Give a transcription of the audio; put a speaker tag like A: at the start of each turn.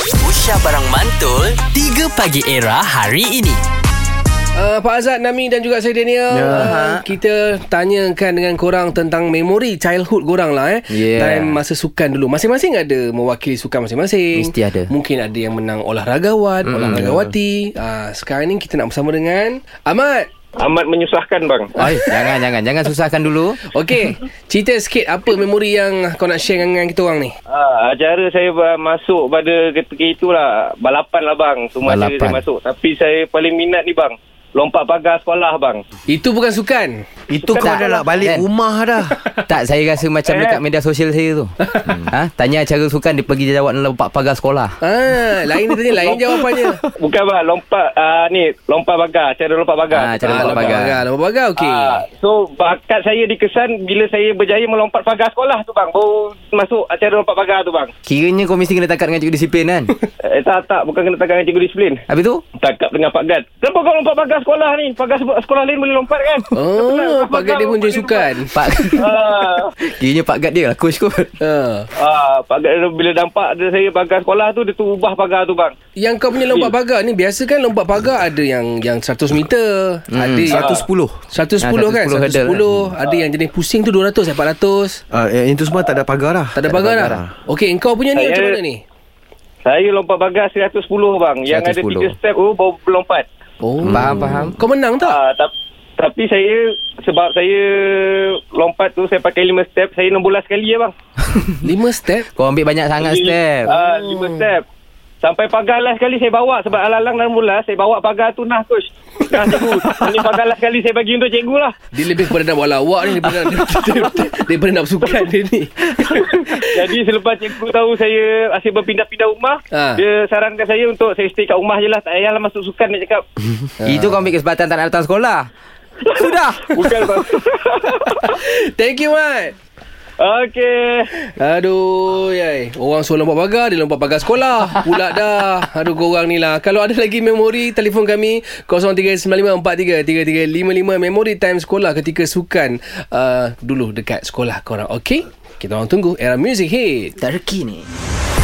A: Aisyah Barang Mantul 3 Pagi Era hari ini
B: Uh, Pak Azad, Nami dan juga saya Daniel
C: Ya.
B: uh, Kita tanyakan dengan korang Tentang memori childhood korang lah eh
C: Yeah.
B: Time masa sukan dulu Masing-masing ada mewakili sukan masing-masing
C: Mesti ada.
B: Mungkin ada yang menang olahragawan mm, Olahragawati uh, Sekarang ni kita nak bersama dengan Ahmad
D: Amat menyusahkan bang.
C: Oi, jangan jangan jangan susahkan dulu.
B: Okey, cerita sikit apa memori yang kau nak share dengan kita orang ni
D: Ah, acara saya ba- masuk pada ketika itulah balapan lah bang. Semua
C: Balapan.
D: balapan. saya masuk. Tapi saya paling minat ni bang. Lompat pagar sekolah bang.
B: Itu bukan sukan
E: Itu kau dah nak balik
C: Kan?
E: rumah dah.
C: Tak saya rasa macam
D: Eh.
C: dekat media sosial saya tu. ha, tanya acara sukan dia pergi jawab dalam lompat pagar sekolah.
B: Ah, Lain dia tanya, lain jawapannya
D: Bukan bang lompat ah, ni lompat pagar. Cara lompat pagar.
C: Ah, cara
B: Ah,
C: lompat pagar.
B: Lompat pagar, okey
D: Ah, so bakat saya dikesan bila saya berjaya melompat pagar sekolah tu bang. Baru masuk acara lompat pagar tu bang.
C: Kiranya kau mesti kena takat dengan cikgu disiplin kan.
D: Eh, tak tak bukan kena tangan cikgu disiplin.
C: Habis tu?
D: Takap dengan Pak Gad. Kenapa kau lompat pagar sekolah ni? Pagar se- sekolah lain boleh lompat kan?
B: Oh,
D: Kenapa
B: pagar dia
D: kau
B: pun jadi
D: lompat
B: sukan
C: Pak
D: Ah.
C: Kiranya Pak Gad dia lah coach kot.
B: Ah.
D: Ah, pagar bila dampak dia saya pagar sekolah tu dia tu ubah pagar tu bang.
B: Yang kau punya lompat pagar ni biasa kan lompat pagar ada yang yang 100 meter, hmm. ada yang
E: 110.
B: 110 kan,
C: 110
B: 110,
C: hurdle
B: ada yang jenis pusing tu 200 eh 400.
E: Ah, eh, itu semua tak ada pagar lah. dah.
B: Tak ada pagar lah. dah. Okey, engkau punya ni
D: Saya-
B: macam mana ni?
D: Saya lompat pagar 110 bang. Yang ada
C: 110.
D: tiga step tu baru lompat.
B: Oh.
C: Faham, faham.
B: Kau menang tak?
D: Ah, tapi, tapi saya sebab saya lompat tu saya pakai lima step, saya enam bulan sekali ya bang.
B: 5 step.
C: Kau ambil banyak sangat step.
D: Ah, lima step. Sampai pagar last kali saya bawa sebab alang-alang enam bulan saya bawa pagar tu nah coach. Nah cikgu. Ini pagar last kali saya bagi untuk cikgu lah.
B: Dia lebih kepada nak buat lawak ni daripada daripada nak sukan dia ni.
D: Jadi selepas cikgu tahu saya asyik berpindah-pindah rumah,
B: Ha.
D: ha. dia sarankan saya untuk saya stay kat rumah je lah. Tak payahlah masuk sukan dia cakap.
C: Itu kau ambil kesempatan tak nak datang sekolah. Sudah.
D: Bukan bang.
B: Thank you, Mat.
D: Okey.
B: Aduh, yai. Orang suruh lompat pagar, dia lompat pagar sekolah. Pula dah. Aduh, korang ni lah. Kalau ada lagi memori, telefon kami 0395433355. Memori time sekolah ketika sukan uh, dulu dekat sekolah korang. Okey? Kita orang tunggu Era Music Hit.
C: Darki ni.